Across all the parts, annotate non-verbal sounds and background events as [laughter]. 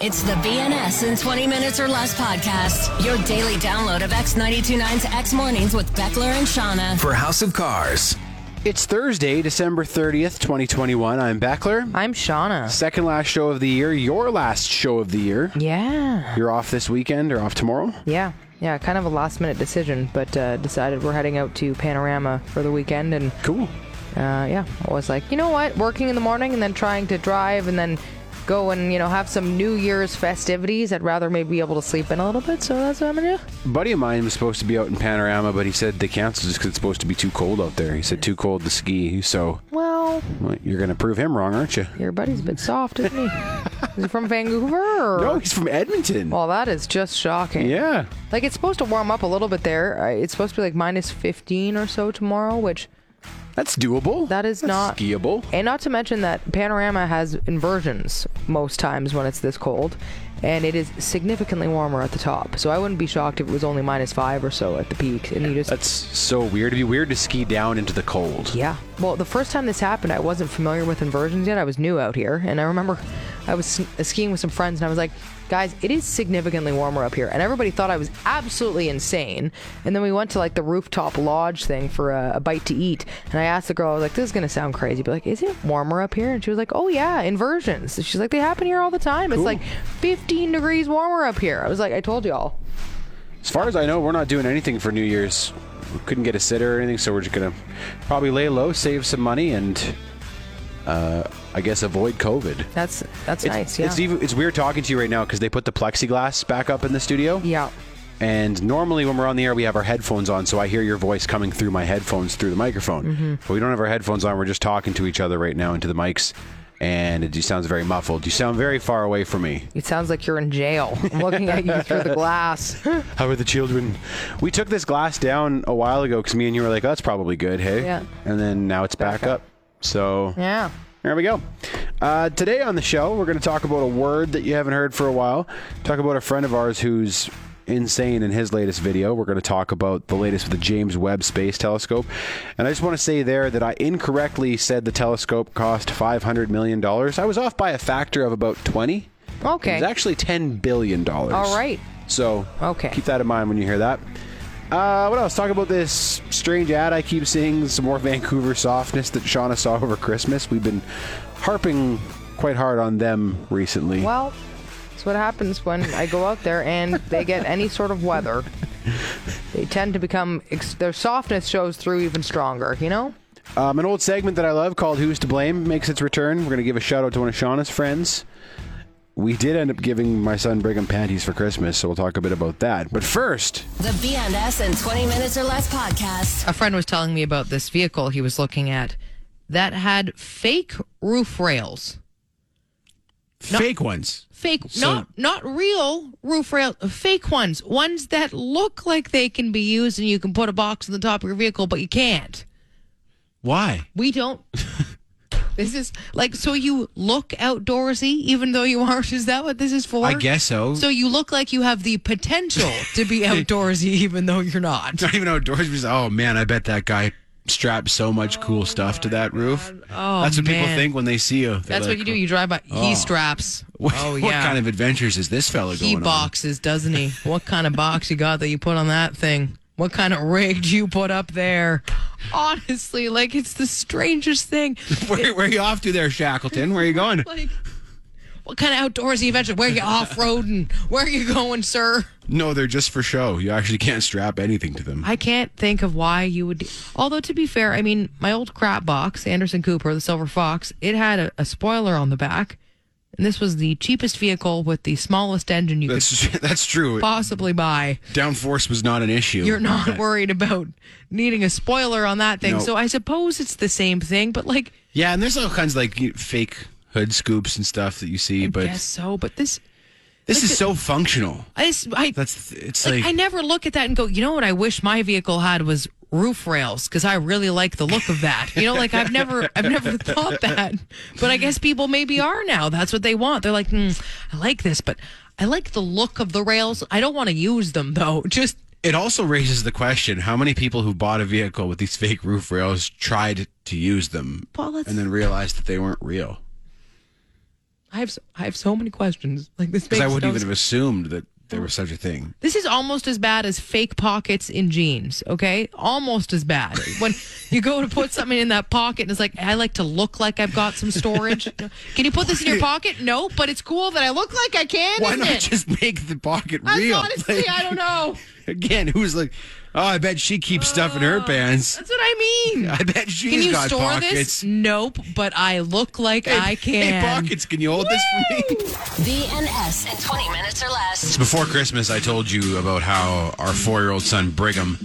It's the BNS in 20 Minutes or Less podcast, your daily download of X929's X Mornings with Beckler and Shauna. for House of Cars. It's Thursday, December 30th, 2021. I'm Beckler. I'm Shauna. Second last show of the year, your last show of the year. Yeah. You're off this weekend or off tomorrow? Yeah. Yeah, kind of a last minute decision, but uh, decided we're heading out to Panorama for the weekend. And Cool. uh, yeah, I was like, you know what? Working in the morning and then trying to drive and then go and, you know, have some New Year's festivities. I'd rather maybe be able to sleep in a little bit. So that's what I'm going to do. A buddy of mine was supposed to be out in Panorama, but he said they canceled just because it's supposed to be too cold out there. He said too cold to ski, so Well, well, you're going to prove him wrong, aren't you? your buddy's a bit soft, isn't he? Is he from Vancouver? or- No, he's from Edmonton. Well, that is just shocking. yeah. Like it's supposed to warm up a little bit there. Uh, It's supposed to be like minus 15 or so tomorrow, which That's doable. That is That's not- skiable. And not to mention that Panorama has inversions most times when it's this cold, and it is significantly warmer at the top. So I wouldn't be shocked if it was only minus five or so at the peak. And you just, That's so weird. It'd be weird to ski down into the cold. yeah. Well, the first time this happened, I wasn't familiar with inversions yet. I was new out here, and I remember I was s- skiing with some friends, and I was like, guys, it is significantly warmer up here. And everybody thought I was absolutely insane. And then we went to like the rooftop lodge thing for a, a bite to eat, and I asked the girl, I was like, this is gonna sound crazy, but like, is it warmer up here? And she was like, oh yeah, inversions. And she's like, they happen here all the time. It's like 15 degrees warmer up here. I was like, I told y'all. As far as I know, we're not doing anything for New Year's. We couldn't get a sitter or anything, so we're just gonna probably lay low, save some money, and uh, I guess avoid COVID. That's that's It's, nice. Yeah. it's even it's weird talking to you right now because they put the plexiglass back up in the studio. yeah. And normally when we're on the air, we have our headphones on, so I hear your voice coming through my headphones through the microphone. Mm-hmm. But we don't have our headphones on. We're just talking to each other right now into the mics, and it just sounds very muffled. You sound very far away from me. It sounds like you're in jail. [laughs] I'm looking at you through the glass. How are the children? We took this glass down a while ago because me and you were like, "Oh, that's probably good, hey? Yeah. And then now it's back, up. So Yeah. there we go. Uh, today on the show, we're going to talk about a word that you haven't heard for a while. Talk about a friend of ours who's insane in his latest video. We're going to talk about the latest with the James Webb Space Telescope. And I just want to say there that I incorrectly said the telescope cost $500 million. I was off by a factor of about 20. Okay. It was actually ten billion dollars. All right. So Okay. keep that in mind when you hear that. Uh, what else? Talk about this strange ad I keep seeing. Some more [laughs] Vancouver softness that Shauna saw over Christmas. We've been harping quite hard on them recently. Well, that's what happens when I go out there and they get any sort of weather. They tend to become ex- their softness shows through even stronger. You know. Um, an old segment that I love called "Who's to Blame" makes its return. We're going to give a shout out to one of Shauna's friends. We did end up giving my son Brigham panties for Christmas, so we'll talk a bit about that. But first, The BNS in 20 Minutes or Less podcast. a friend was telling me about this vehicle he was looking at that had fake roof rails. fake ones. Fake, not not real roof rail, fake ones, ones that look like they can be used, and you can put a box on the top of your vehicle, but you can't. [laughs] Why? [laughs] We don't. this is like so you look outdoorsy, even though you aren't. Is that what this is for? I guess so. So you look like you have the potential [laughs] to be outdoorsy, even though you're not. Not even outdoors. because, Oh man, I bet that guy strapped so much cool stuff to that roof. Oh, that's what people man. think when they see you. They're That's what like, oh. you do. You drive by. He straps. [laughs] What, oh yeah. what kind of adventures is this fella he going boxes, doesn't he? What kind of box you got that you put on that thing? What kind of rig do you put up there? Honestly, like it's the strangest thing. on? [laughs] Where, where are you off to there, Shackleton? Where are you going? [laughs] Like, what kind of outdoorsy adventure? Where you off roading? Where you going, sir? No, they're just for show. You actually can't strap anything to them. I can't think of why you would. Although to be fair, I mean, my old crap box, Anderson Cooper, the Silver Fox, it had a, a spoiler on the back, and this was the cheapest vehicle with the smallest engine you could That's [laughs] that's true. possibly buy. Downforce was not an issue. You're not worried about needing a spoiler on that thing. No. So I suppose it's the same thing, but like, Yeah, and there's all kinds of like you- fake hood scoops and stuff that you see, but guess so. But this, this like is the- so functional. I, s- I- That's it's like, like, I never look at that and go, you know what? I wish my vehicle had was roof rails because I really like the look of that. You know, like I've never, I've never [laughs] thought that, but I guess people maybe are now. That's what they want. They're like, mm, I like this, but I like the look of the rails. I don't want to use them though. [laughs] Just It also raises the question how many people who bought a vehicle with these fake roof rails tried to use them Well, let's- and then realized that they weren't real? I have so, I have so many questions. Like this makes Because I wouldn't no even sense. have assumed that there Mm. was such a thing. This is almost as bad as fake pockets in jeans, okay? Almost as bad. When you go to put something in that pocket and it's like, I like to look like I've got [laughs] some storage. No. Can you put this in your pocket? No, but it's cool that I look like I can. Why isn't not it? just make the pocket That's real? honestly, Like, I [laughs] don't know. Again, who's like, oh, I bet she keeps stuff in her pants. That's what I mean. I bet she's Can you got store pockets. this? Nope, but I look like I can. Hey, pockets, can you hold this for me? BNS in 20 minutes or less. Before Christmas, I told you about how our four year old son, Brigham,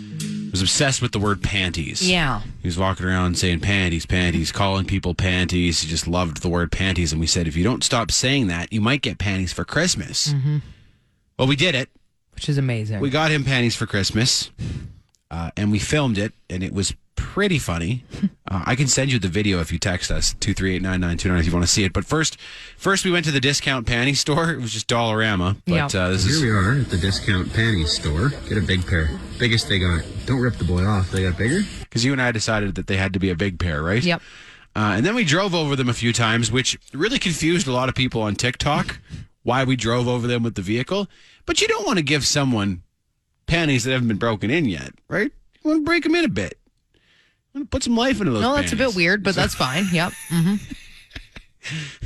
was obsessed with the word panties. Yeah. He was walking around saying panties, panties, calling people panties. He just loved the word panties. And we said, if you don't stop saying that, you might get panties for Christmas. Mm-hmm. Well, we did it. Which is amazing. We got him panties for Christmas, uh, and we filmed it, and it was pretty funny. Uh, I can send you the video if you text us two three eight nine nine two nine if you want to see it. But first, first we went to the discount panty store. It was just Dollarama, but Yeah. uh, this is Here we are at the discount panty store. Get a big pair. Biggest they got. Don't rip the boy off. They got bigger. because you and I decided that they had to be a big pair, right? Yep. Uh, and then we drove over them a few times, which really confused a lot of people on TikTok why we drove over them with the vehicle. But you don't want to give someone panties that haven't been broken in yet, right? You want to break them in a bit. You want to Put some life into those. no, that's a panties. bit weird, but that's fine. Yep. hmm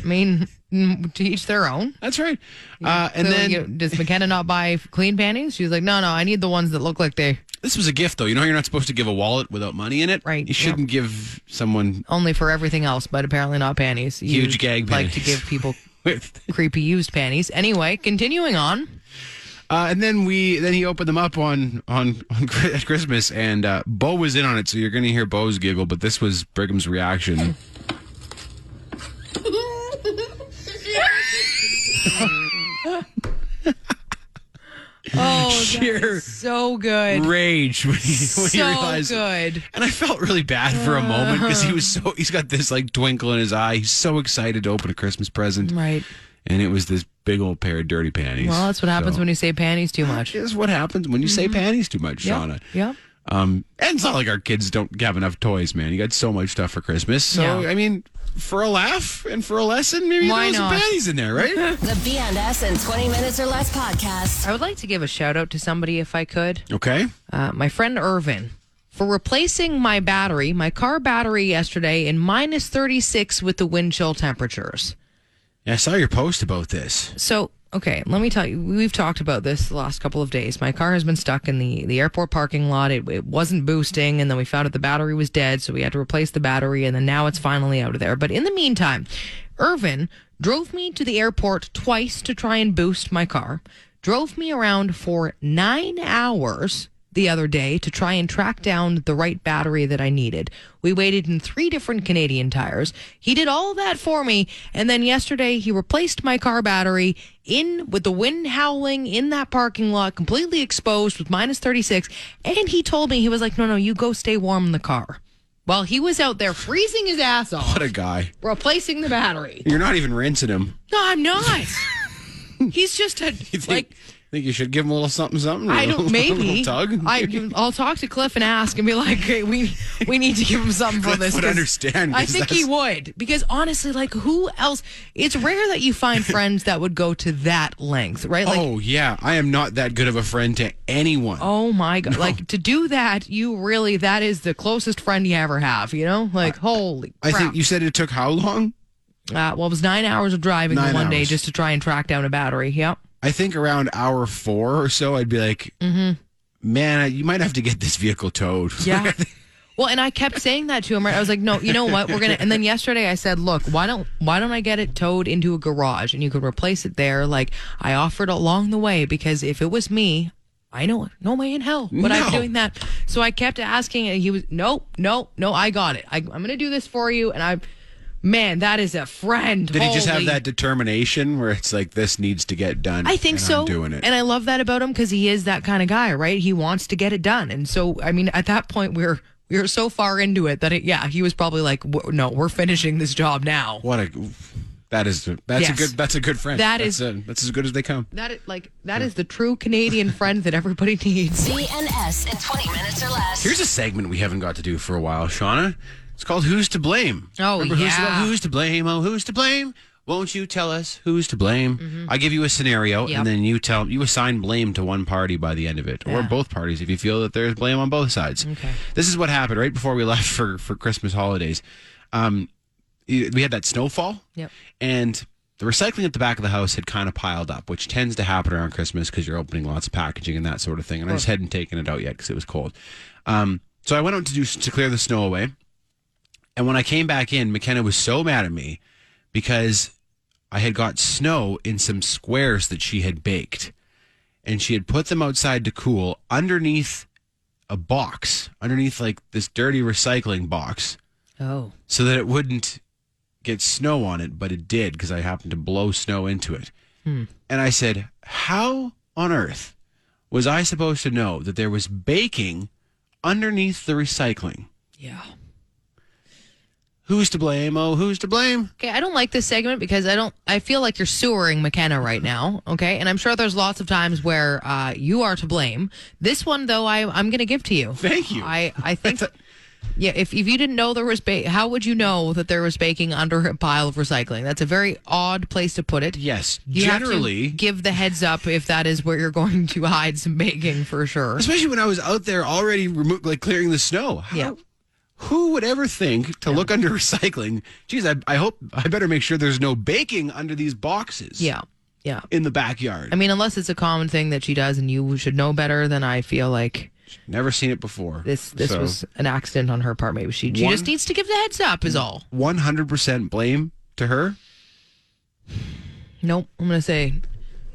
I mean, mm, to each their own. That's right. Uh, and Clearly, then you- does McKenna not buy clean panties? She's like, no, no, I need the ones that look like they this was a gift, though. You know, how you're not supposed to give a wallet without money in it. Right, You shouldn't give someone [laughs] only for everything else, but apparently not panties. You Huge gag Like to panties. give people with. creepy used panties. Anyway, continuing on. Uh, and then we then he opened them up on on, [laughs] on Chri- at Christmas, and uh, Bo was in on it, so you're going to hear Bo's giggle. But this was Brigham's reaction. [laughs] Oh, Sheer so good. rage when he, when he So realized. good. And I felt really bad for a moment because he was [laughs] so he's got this like twinkle in his eye. He's so excited to open a Christmas present, Right. and it was this big old pair of dirty panties. Well, that's what happens So- when you say panties too much. is what happens when you say panties too much, Shauna. Yeah. Um, and it's not like our kids don't have enough toys, man. You got so much stuff for Christmas. So Yeah. I mean, for a laugh and for a lesson, maybe Why there's some not? panties in there, [laughs] right? The BNS in 20 minutes or less podcast. I would like to give a shout out to somebody if I could. okay. Uh, my friend Irvin for replacing my battery, my car battery yesterday in minus 36 with the wind chill temperatures. Yeah, I saw your post about this. So, okay, let me tell you, we've talked about this the last couple of days. My car has been stuck in the, the airport parking lot. It, it wasn't boosting, and then we found out the battery was dead, so we had to replace the battery, and then now it's finally out of there. But in the meantime, Irvin drove me to the airport twice to try and boost my car, drove me around for nine hours the other day to try and track down the right battery that I needed. We waited in three different Canadian tires. He did all that for me. And then yesterday, he replaced my car battery in with the wind howling in that parking lot, completely exposed with minus 36. And he told me, he was like, no, no, you go stay warm in the car. Well, he was out there freezing his ass off, What a guy! replacing the battery. You're not even rinsing him. No, I'm not. He's just a, You [laughs] think, like, think you should give him a little something, something? [laughs] I A little- don't. a little Maybe tug. [laughs] [laughs] I, I'll talk to Cliff and ask and be like, hey, we we need to give him something for Cliff this. would 'cause understand, I 'cause think he that's- would because honestly, like, who else? It's rare that [laughs] you find friends that would go to that length, right? Like, oh yeah, I am not that good of a friend to anyone. oh my god! Like to do that, you really that is the closest friend you ever have. You know, like holy I crap! think you said it took how long? uh, well, it was nine hours of driving in Nine one day hours. just to try and track down a battery. Yep. I think around hour four or so, I'd be like, man, I- you might have to get this vehicle towed. [laughs] Mm-hmm. [laughs] Yeah. Well, and I kept saying that to him. Right, I was like, "No, you know what? We're gonna." And then yesterday, I said, "Look, why don't why don't I get it towed into a garage and you can replace it there?" Like I offered along the way because if it was me, I know no way in hell would I No. be doing that. So I kept asking, and he was, "Nope, no, no, I got it. I, I'm gonna do this for you." And I, man, that is a friend. Did he just have Holy that determination where it's like this needs to get done? I think and so. I'm doing it. And I love that about him because he is that kind of guy, right? He wants to get it done. And so, I mean, at that point, we're we were so far into it that it, yeah, he was probably like, "W- no, we're finishing this job now. what a that is that's Yes. a good that's a good friend. That that's is- a, that's as good as they come. That is, like that is the true Canadian friend that everybody [laughs] needs. BNS in 20 minutes or less. Here's a segment we haven't got to do for a while, Shauna. It's called "Who's to Blame." Oh, Remember who's, yeah. to, who's to blame? Oh, who's to blame? won't you tell us who's to blame? I give you a scenario, Mm-hmm. Yep. and then you tell you assign blame to one party by the end of it, or both parties if you feel that there's blame on both sides. Okay. This is what happened right before we left for for Christmas holidays. Um, y- we had that snowfall, Yep. and the recycling at the back of the house had kind of piled up, which tends to happen around Christmas because you're opening lots of packaging and that sort of thing. And I just hadn't taken it out yet because it was cold. Um, so I went out to do to clear the snow away. And when I came back in, McKenna was so mad at me because I had got snow in some squares that she had baked. And she had put them outside to cool underneath a box, underneath like this dirty recycling box, Oh. so that it wouldn't get snow on it, but it did because I happened to blow snow into it. Hmm. And I said, How on earth was I supposed to know that there was baking underneath the recycling? Yeah. Who's to blame? Oh, who's to blame? Okay, I don't like this segment because I don't. I feel like you're sewering McKenna right now. Okay, and I'm sure there's lots of times where uh, you are to blame. This one, though, I I'm going to give to you. Thank you. I [laughs] I think. Yeah, if, if you didn't know there was ba- how would you know that there was baking under a pile of recycling? That's a very odd place to put it. Yes, You have to generally. give the heads up if that is where you're going to hide some baking for sure. especially when I was out there already remo- like clearing the snow. How- Yeah. Who would ever think to look under [laughs] recycling? Geez, I, I hope I better make sure there's no baking under these boxes. Yeah, yeah. In the backyard. I mean, unless it's a common thing that she does, and you should know better. Then I feel like Never seen it before. this this So, was an accident on her part. Maybe she she One- just needs to give the heads up is all. 100% blame to her. Nope, I'm gonna say.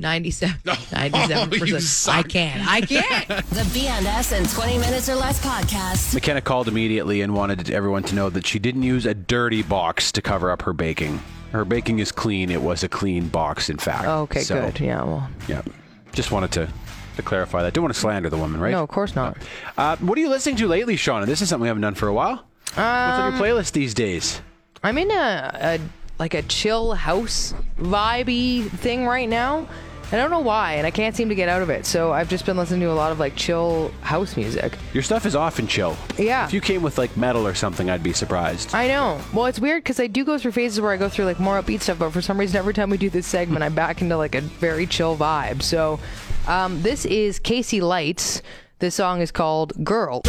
97 No. 97 [laughs] Oh, you percent. suck. I can't. [laughs] I can't. The BNS and 20 Minutes or Less podcast. McKenna called immediately and wanted everyone to know that she didn't use a dirty box to cover up her baking. Her baking is clean. It was a clean box, in fact. [laughs] Oh, Okay, So, good. Yeah, well, Yeah. Just wanted to, to clarify that. Don't want to slander the woman, right? no, of course not. Uh, what are you listening to lately, Shauna? This is something we haven't done for a while. What's on Um, your playlist these days? I'm in a, a like a chill house vibey thing right now. I don't know why, and I can't seem to get out of it. So I've just been listening to a lot of like chill house music. Your stuff is often chill. Yeah. If you came with like metal or something, I'd be surprised. I know. Well, it's weird because I do go through phases where I go through like more upbeat stuff, but for some reason, every time we do this segment, I'm back into like a very chill vibe. So um, this is Casey Lights. This song is called Girl.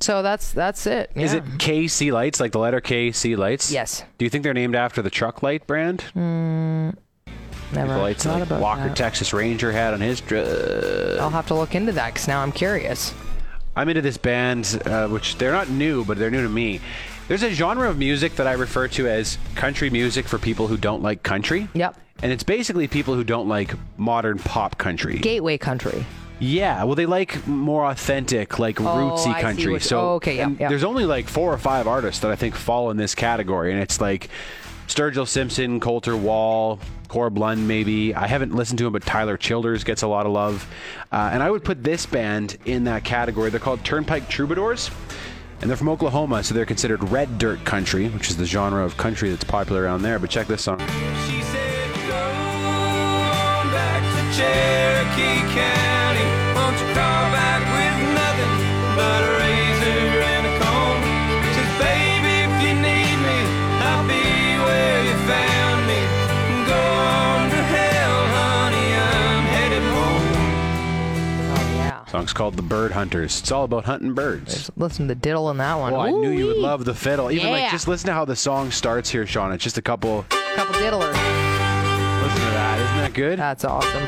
So that's that's it. Is Yeah. it KC Lights, like the letter KC Lights? Yes. Do you think they're named after the truck light brand? Never the lights thought that, like, Mm, about Walker that. Texas Ranger had on his. Dr- I'll have to look into that because now I'm curious. I'm into this band, uh, which they're not new, but they're new to me. There's a genre of music that I refer to as country music for people who don't like country. Yep. And it's basically people who don't like modern pop country. Gateway country. Yeah, well, they like more authentic, like Oh, I rootsy see country. what you- so oh, okay, yeah, and yeah. there's only like four or five artists that I think fall in this category, and it's like Sturgill Simpson, Coulter Wall, Core Blund, maybe. I haven't listened to him, but Tyler Childers gets a lot of love, uh, and I would put this band in that category. They're called Turnpike Troubadours. And they're from Oklahoma, so they're considered red dirt country, which is the genre of country that's popular around there. But check this song. She said, Go back to Cherokee County. Won't you call back with nothing but a razor and a comb? Says, Baby, if you need me, I'll be where you found me. Go on to hell, honey, I'm headed home. Oh, Yeah. song's called The Bird Hunters. It's all about hunting birds. Listen to the diddle on that one. Well, I knew you would love the fiddle. Even Yeah. like just listen to how the song starts here, Sean. It's just a couple. Listen a couple diddlers. to that. Isn't that good? That's awesome.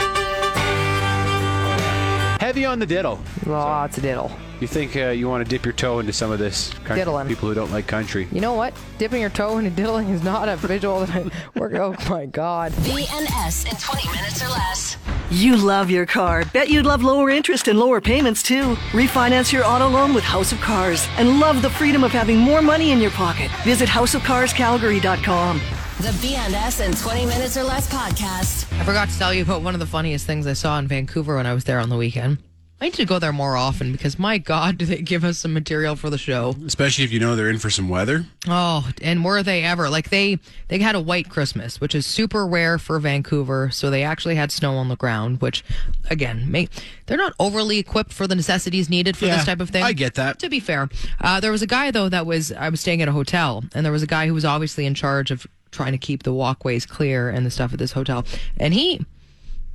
Heavy on the diddle. Lots of diddle. You think uh, you want to dip your toe into some of this? Country, Diddling. People who don't like country. You know what? Dipping your toe into diddling is not a visual that I [laughs] work. Oh my god. BNS in 20 Minutes or Less. You love your car. Bet you'd love lower interest and lower payments too. Refinance your auto loan with House of Cars and love the freedom of having more money in your pocket. Visit houseofcarscalgary.com. The BNS in 20 Minutes or Less podcast. I forgot to tell you about one of the funniest things I saw in Vancouver when I was there on the weekend. I need to go there more often because my God, do they give us some material for the show? Especially if you know they're in for some weather. Oh, and were they ever? Like they they had a white Christmas, which is super rare for Vancouver, so they actually had snow on the ground, which again, may, they're not overly equipped for the necessities needed for Yeah, this type of thing. I get that. To be fair, uh, there was a guy though that was I was staying at a hotel, and there was a guy who was obviously in charge of trying to keep the walkways clear and the stuff at this hotel, and he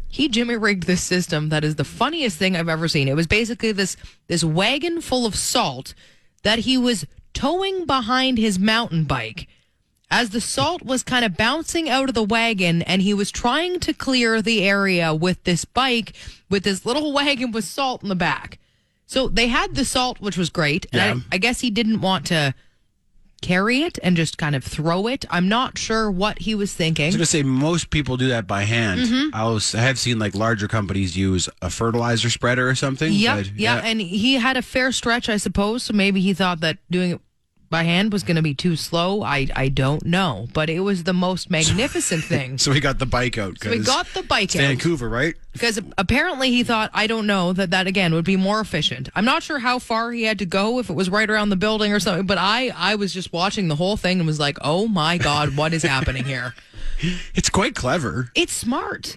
he jimmy rigged this system that is the funniest thing i've ever seen it was basically this this wagon full of salt that he was towing behind his mountain bike as the salt was kind of bouncing out of the wagon and he was trying to clear the area with this bike with this little [laughs] wagon with salt in the back so they had the salt which was great and Yeah. I, I guess he didn't want to carry it and just kind of throw it i'm not sure what he was thinking I was going to say most people do that by hand. Mm-hmm. I, was, I have seen like larger companies use a fertilizer spreader or something. Yep, but, yeah, and he had a fair stretch, I suppose. So maybe he thought that doing it by hand was going to be too slow. I I don't know, but it was the most magnificent thing. so we got the bike out. So we 'cause got the bike it's out Vancouver, right? because apparently he thought I don't know that that again would be more efficient. I'm not sure how far he had to go if it was right around the building or something, but I I was just watching the whole thing and was like, "Oh my god, what is happening here?" It's quite clever. It's smart.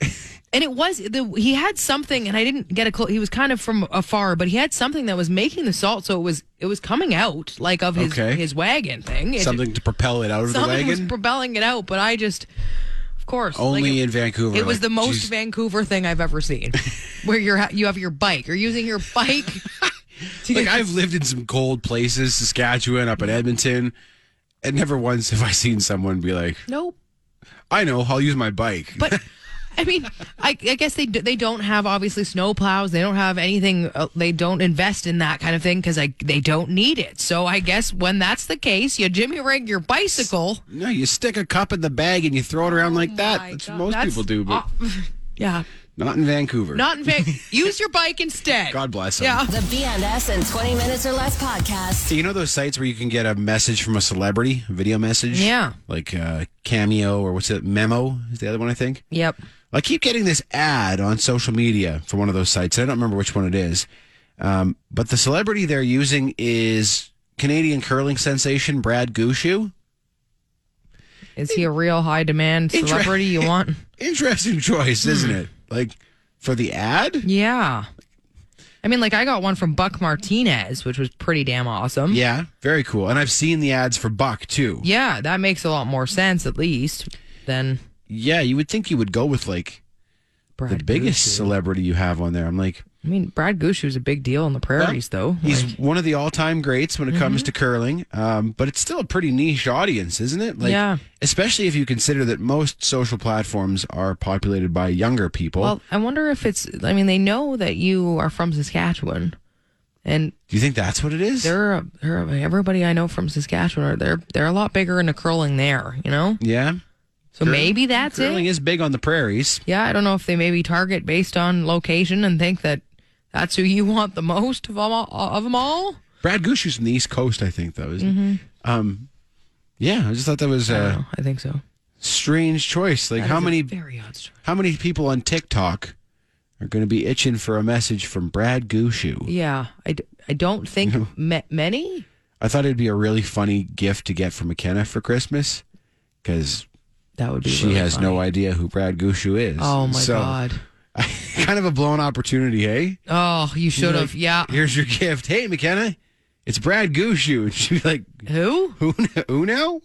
And it was the he had something, and I didn't get a close. He was kind of from afar, but he had something that was making the salt, so it was it was coming out like of his Okay. his wagon thing. It- Something to propel it out of the something was wagon. propelling it out, but I just, of course, like, Only it- in Vancouver. It was like, the most geez. Vancouver thing I've ever seen, where you're ha- you have your bike, you're using your bike. to- Like I've lived in some cold places, Saskatchewan, up in Edmonton, and never once have I seen someone be like, nope. "I know, I'll use my bike." but I mean, I, I guess they d- they don't have obviously snow plows. They don't have anything. Uh, they don't invest in that kind of thing because they don't need it. So I guess when that's the case, you jimmy rig your bicycle. [laughs] no, you stick a cup in the bag and you throw it around like that. That's what most Oh That's- people do, but [laughs] yeah, not in Vancouver. not in Vegas. Use your bike instead. God bless them. Yeah. The BNS in 20 Minutes or Less podcast. So you know those sites where you can get a message from a celebrity, a video message? Yeah. Like uh, Cameo or what's it? Memo is the other one, I think. Yep. I keep getting this ad on social media for one of those sites. I don't remember which one it is. Um, but the celebrity they're using is Canadian curling sensation Brad Gushue. Is he a real high demand Inter- celebrity you [laughs] want? Interesting [laughs] choice, isn't it? Like for the ad? Yeah. I mean, like I got one from Buck Martinez, which was pretty damn awesome. Yeah, very cool. And I've seen the ads for Buck too. Yeah, that makes a lot more sense at least than Yeah, you would think you would go with like Brad the biggest celebrity you have on there. I'm like, I mean, Brad Goosh was a big deal in the prairies, though. He's Like, Mm-hmm. one of the all-time greats when it comes to curling, um, but it's still a pretty niche audience, isn't it? Like, Yeah. Especially if you consider that most social platforms are populated by younger people. well, I wonder if it's. I mean, they know that you are from Saskatchewan, and Do you think that's what it is? they're, a- they're a- everybody I know from Saskatchewan are they're they're a lot bigger into curling there, you know. yeah. So Curling- maybe that's curling it. is big on the prairies. Yeah, I don't know if they maybe target based on location and think that that's who you want the most of all of them all. Brad Goosh is from the East Coast, I think, though. Isn't Mm-hmm. he? Um, yeah, I just thought that was I don't a know. I think so. strange choice. Like, That how is a many very odd story. how many people on TikTok are going to be itching for a message from Brad Gooshu? Yeah, I, d- I [laughs] don't think ma- many. I thought it'd be a really funny gift to get for McKenna for Christmas because That would be. she really has no funny. idea who Brad Gushu is. Oh my So, god. [laughs] kind of a blown opportunity, hey? Oh, you should have. yeah. Here's your gift. Hey, McKenna, it's Brad Gushu. [laughs] And she'd be like, Who? who, kn- who now?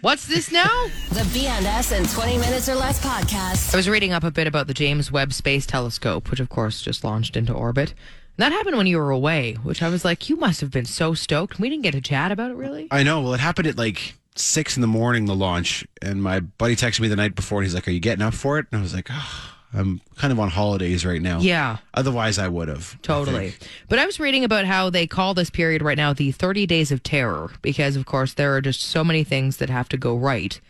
What's this now? The BNS in 20 Minutes or Less podcast. I was reading up a bit about the James Webb Space Telescope, which of course just launched into orbit. And that happened when you were away, which I was like, you must have been so stoked. We didn't get to chat about it really. I know. Well, it happened at like six in the morning, the launch. And my buddy texted me the night before and he's like, Are you getting up for it? And I was like, oh, I'm kind of on holidays right now. Yeah. Otherwise, I would have. I Totally. think. But I was reading about how they call this period right now the 30 days of terror because, of course, there are just so many things that have to go right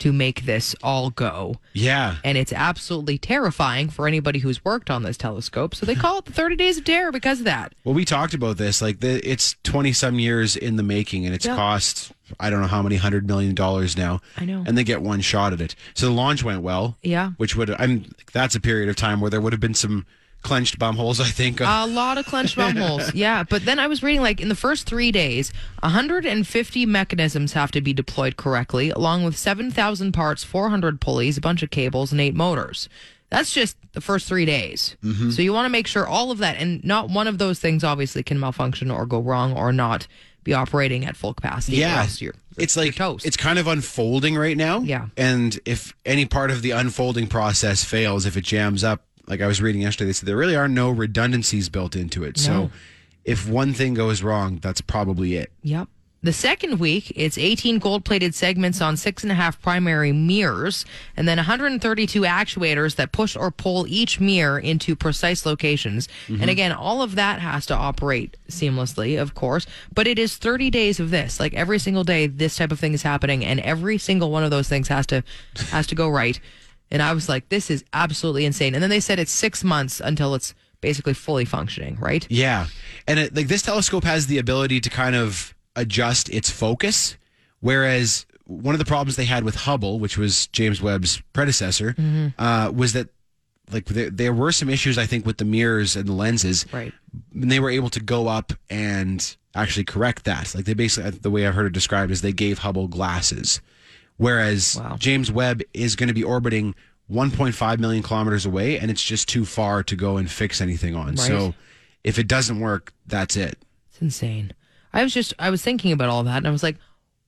to make this all go. Yeah. and it's absolutely terrifying for anybody who's worked on this telescope. So they call it the 30 Days of Terror because of that. Well, we talked about this. Like, the, it's twenty some years in the making, and it's cost I don't know how many hundred million dollars now. I know. And they get one shot at it. So the launch went well. Yeah. Which would I'm that's a period of time where there would have been some clenched bum holes, I think. A lot of clenched bum holes. [laughs] Yeah. But then I was reading like in the first three days, 150 mechanisms have to be deployed correctly, along with 7,000 parts, 400 pulleys, a bunch of cables, and eight motors. That's just the first three days. Mm-hmm. So you want to make sure all of that, and not one of those things obviously can malfunction or go wrong or not be operating at full capacity. or yeah. else you're- it's you're like toast. it's kind of unfolding right now. Yeah. And if any part of the unfolding process fails, if it jams up, like I was reading yesterday, they said there really are no redundancies built into it. So if one thing goes wrong, that's probably it. Yep. The second week, it's 18 gold plated segments on six and a half primary mirrors, and then 132 actuators that push or pull each mirror into precise locations. And again, all of that has to operate seamlessly, of course, but it is 30 days of this. Like every single day, this type of thing is happening, and every single one of those things has to has to go right. And I was like, this is absolutely insane. And then they said it's six months until it's basically fully functioning, right? Yeah, and it, like this telescope has the ability to kind of adjust its focus, whereas one of the problems they had with Hubble, which was James Webb's predecessor, uh, was that like there, there were some issues I think with the mirrors and the lenses, Right. And they were able to go up and actually correct that. Like they basically, uh, the way I've heard it described is they gave Hubble glasses, whereas James Webb is going to be orbiting. 1.5 million kilometers away, and it's just too far to go and fix anything on. So, if it doesn't work, that's it. It's insane. I was just I was thinking about all that and I was like,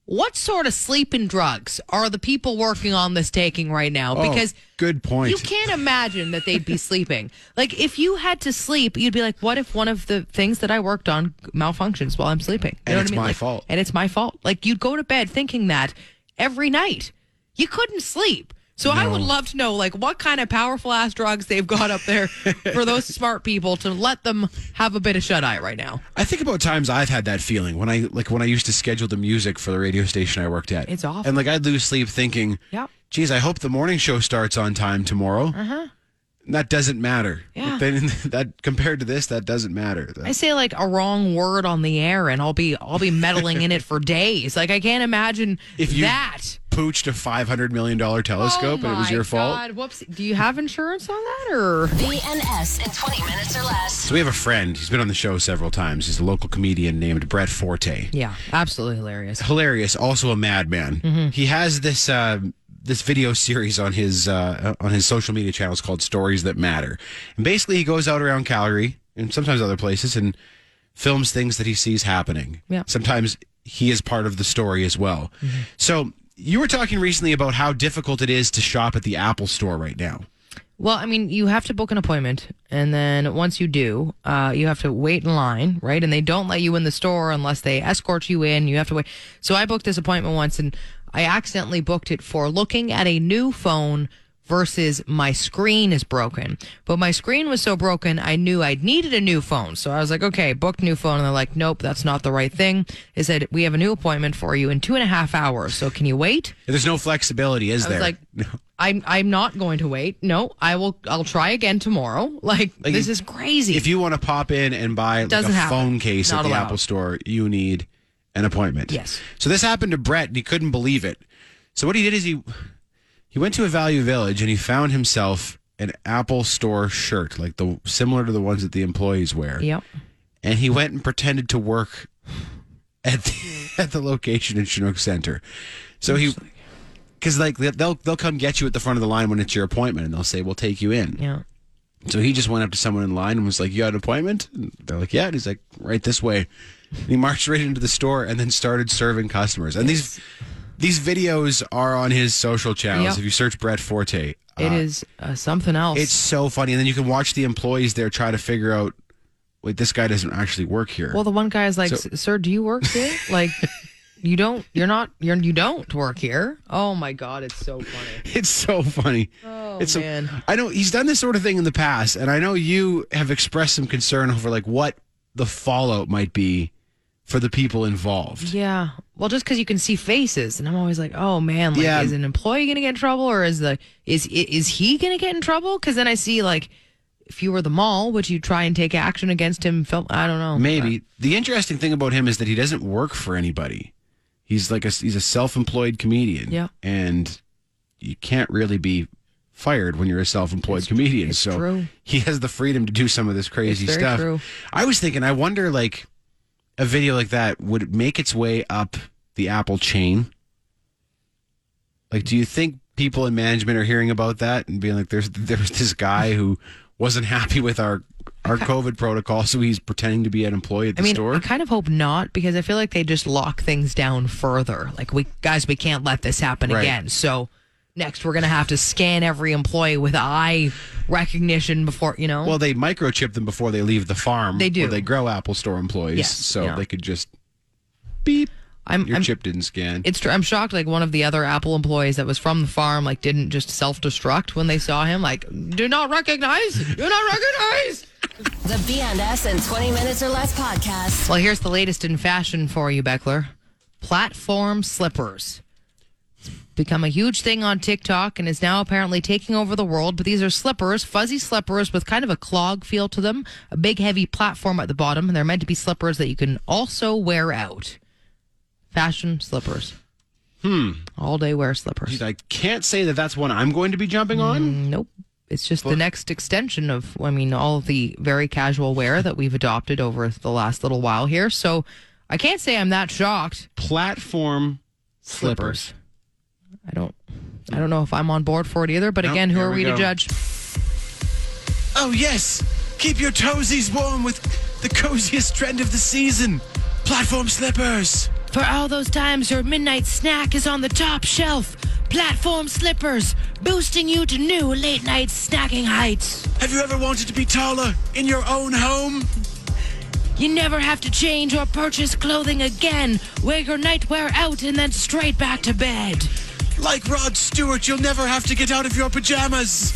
what sort of sleeping drugs are the people working on this taking right now? Because Oh, good point. you can't imagine that [laughs] they'd be sleeping. Like if you had to sleep, you'd be like, what if one of the things that I worked on malfunctions while I'm sleeping? And You know what it's I mean? my Like- fault. And it's my fault. Like you'd go to bed thinking that every night. You couldn't sleep. So I would love to know like what kind of powerful ass drugs they've got up [laughs] there for those smart people to let them have a bit of shut eye right now. I think about times I've had that feeling when I like when I used to schedule the music for the radio station I worked at. It's awful. and like I'd lose sleep thinking, Yep. geez, I hope the morning show starts on time tomorrow." Uh huh. That doesn't matter. Uh-huh. Yeah. Then [laughs] that compared to this, that doesn't matter. I say like a wrong word on the air and I'll be I'll be meddling in [laughs] it for days. Like I can't imagine If you- that. pooched a five hundred million dollar telescope, Oh and it was my your fault. God. Whoops. Do you have insurance on that or BNS in 20 minutes or less. So we have a friend. He's been on the show several times. He's a local comedian named Brett Forte. Yeah, absolutely hilarious. hilarious, also a madman. Mm-hmm. He has this uh, this video series on his uh, on his social media channels called Stories That Matter, and basically he goes out around Calgary and sometimes other places and films things that he sees happening. Yeah. Mm-hmm. Sometimes he is part of the story as well. So you were talking recently about how difficult it is to shop at the Apple Store right now. Well, I mean, you have to book an appointment, and then once you do, uh, you have to wait in line, right? And they don't let you in the store unless they escort you in. You have to wait. So I booked this appointment once, and I accidentally booked it for looking at a new phone versus my screen is broken. But my screen was so broken, I knew I needed a new phone. So I was like, okay, booked new phone. And they're like, nope, that's not the right thing. They said, we have a new appointment for you in two and a half hours. So can you wait? There's no flexibility, is I there? was [laughs] like, I'm I'm not going to wait. No, I will. I'll try again tomorrow. [laughs] Like, this is crazy. if you want to pop in and buy like a doesn't happen. phone case Not at the allowed. Apple store, you need an appointment. Yes. So this happened to Brett and he couldn't believe it. So what he did is he he went to a value village and he found himself an Apple store shirt, like the similar to the ones that the employees wear. yep. And he went and pretended to work at the, [laughs] at the location in Chinook Center. So he because like they'll they'll come get you at the front of the line when it's your appointment and they'll say we'll take you in. Yeah. So he just went up to someone in line and was like, "You got an appointment?" And they're like, "Yeah." And he's like, "Right this way." And he marched right into the store and then started serving customers. And these these videos are on his social channels. Yep. If you search Brett Forte, uh, It is uh, something else. it's so funny. And then you can watch the employees there try to figure out, "Wait, this guy doesn't actually work here." well, the one guy is like, So- "Sir, do you work here?" like, you don't. You're not. You're you don't work here. Oh my god, it's so funny. [laughs] it's so funny. Oh [laughs] It's so- man. I know he's done this sort of thing in the past, and I know you have expressed some concern over like what the fallout might be for the people involved. yeah. Well, just because you can see faces, and I'm always like, "Oh man, like, Yeah. is an employee gonna get in trouble, or is the is i- is he gonna get in trouble?" Because then I see like, if you were the mall, would you try and take action against him? Film? I don't know. Maybe the interesting thing about him is that he doesn't work for anybody. He's like a he's a self-employed comedian. Yeah. and you can't really be fired when you're a self-employed comedian. it's so true. he has the freedom to do some of this crazy It's very stuff. true. I was thinking, I wonder, like, a video like that would it make its way up the Apple chain. Like, do you think people in management are hearing about that and being like, "There's there's this guy who wasn't happy with our [laughs] our COVID protocol, so he's pretending to be an employee at the I mean, store." I kind of hope not because I feel like they just lock things down further. Like we guys, we can't let this happen Right. again. So next, we're gonna have to scan every employee with eye recognition before you know. Well, they microchip them before they leave the farm. They do. Or they grow Apple Store employees, Yes, so yeah. they could just beep. I'm, Your I'm chip didn't scan. it's tr- I'm shocked. Like one of the other Apple employees that was from the farm, like didn't just self destruct when they saw him. Like, do not recognize. Do not recognize. The BNS in 20 Minutes or Less podcast. Well, here's the latest in fashion for you, Beckler. Platform slippers. It's become a huge thing on TikTok and is now apparently taking over the world. But these are slippers, fuzzy slippers with kind of a clog feel to them, a big heavy platform at the bottom, and they're meant to be slippers that you can also wear out. Fashion slippers. Hmm. All day wear slippers. I can't say that that's one I'm going to be jumping on. Mm, Nope. It's just the next extension of, I mean, all of the very casual wear that we've adopted over the last little while here. So I can't say I'm that shocked. Platform Slippers. I don't, I don't know if I'm on board for it either. But Nope, again, who here are we we go. to judge? Oh, yes. Keep your toesies warm with the coziest trend of the season platform slippers. For all those times your midnight snack is on the top shelf, platform slippers boosting you to new late night snacking heights. Have you ever wanted to be taller in your own home? You never have to change or purchase clothing again. Wear your nightwear out and then straight back to bed. Like Rod Stewart, you'll never have to get out of your pajamas.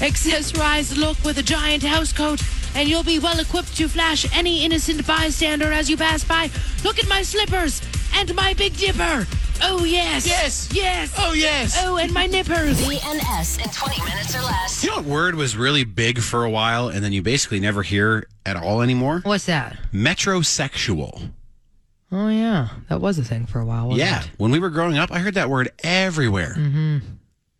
Accessorize the look with a giant housecoat, and you'll be well equipped to flash any innocent bystander as you pass by. Look at my slippers and my Big Dipper. Oh, yes. Yes. Yes. Oh, yes. Oh, and my nippers. BNS in 20 Minutes or Less. You know what word was really big for a while and then you basically never hear at all anymore? What's that? Metrosexual. Oh, yeah. That was a thing for a while, wasn't Yeah. When we were growing up, I heard that word everywhere. Mm-hmm.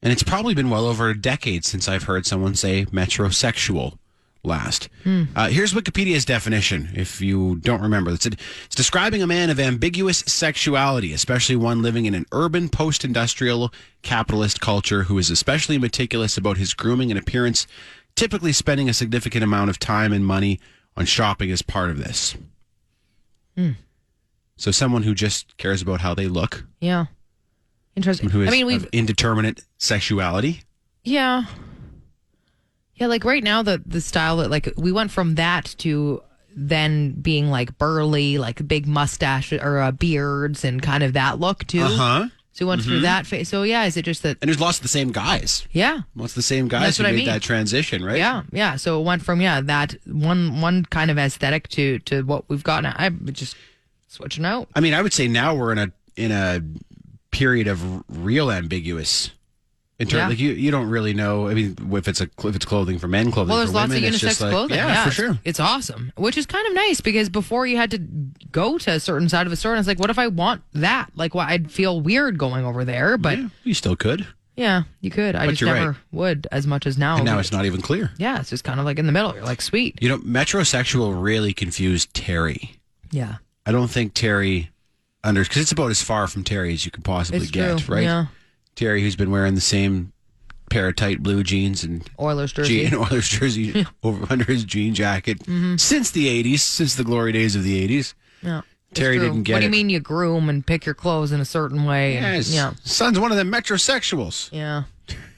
And it's probably been well over a decade since I've heard someone say metrosexual last. Uh, here's Wikipedia's definition, if you don't remember. It's, it's describing a man of ambiguous sexuality, especially one living in an urban, post industrial, capitalist culture who is especially meticulous about his grooming and appearance, typically spending a significant amount of time and money on shopping as part of this. So, someone who just cares about how they look, Yeah. Interesting. who is I mean, we've of indeterminate sexuality. Yeah. Yeah, like right now the the style that like we went from that to then being like burly, like big mustache or uh, beards and kind of that look too. huh. So we went through that phase. So yeah, is it just that? And there's lots of the same guys. Yeah. Lots of the same guys That's who what I made mean. that transition, right? Yeah, yeah. So it went from yeah that one one kind of aesthetic to to what we've got now. I'm just switching out. I mean, I would say now we're in a in a period of r- real ambiguous. In terms, Yeah. like you, you don't really know. I mean, if it's a cl- if it's clothing for men, clothing Well, there's for lots women, of it's unisex just like clothing. yeah, for it's- sure. It's awesome, which is kind of nice because before you had to go to a certain side of a store, and it's like, what if I want that? Like, why I'd feel weird going over there, but yeah, Yeah, you still could, you could. I But just you're never right. would as much as now. and now it's not even clear. Yeah, it's just kind of like in the middle. You're like, sweet. You know, metrosexual really confused Terry. Yeah, I don't think Terry under because it's about as far from Terry as you can possibly it's get, true. right? Yeah, Terry, who's been wearing the same pair of tight blue jeans and Oilers G jersey. Mm-hmm. and Oilers [laughs] jersey over under his jean jacket since the '80s, since the glory days of the '80s. yeah, it's Terry true. didn't get What do it. you mean you groom and pick your clothes in a certain way? and- Yes, Yeah, son's one of the metrosexuals. yeah,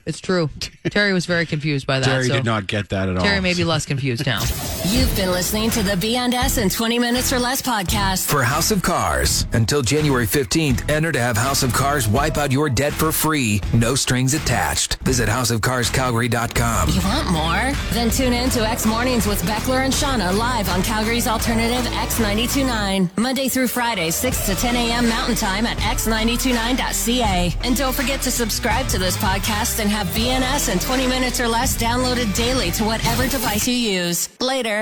it's true. Terry was very confused by that. Terry so did not get that at all. Terry may be less [laughs] confused now. You've been listening to the BNS in 20 Minutes or Less podcast. For House of Cars, until January 15th, enter to have House of Cars wipe out your debt for free, no strings attached. Visit houseofcarscalgary.com. You want more? Then tune in to X Mornings with Beckler and Shauna live on Calgary's alternative X929. Monday through Friday, 6 to 10 a.m. Mountain Time at x929.ca. And don't forget to subscribe to this podcast and have BNS in 20 Minutes or Less downloaded daily to whatever device you use. Later.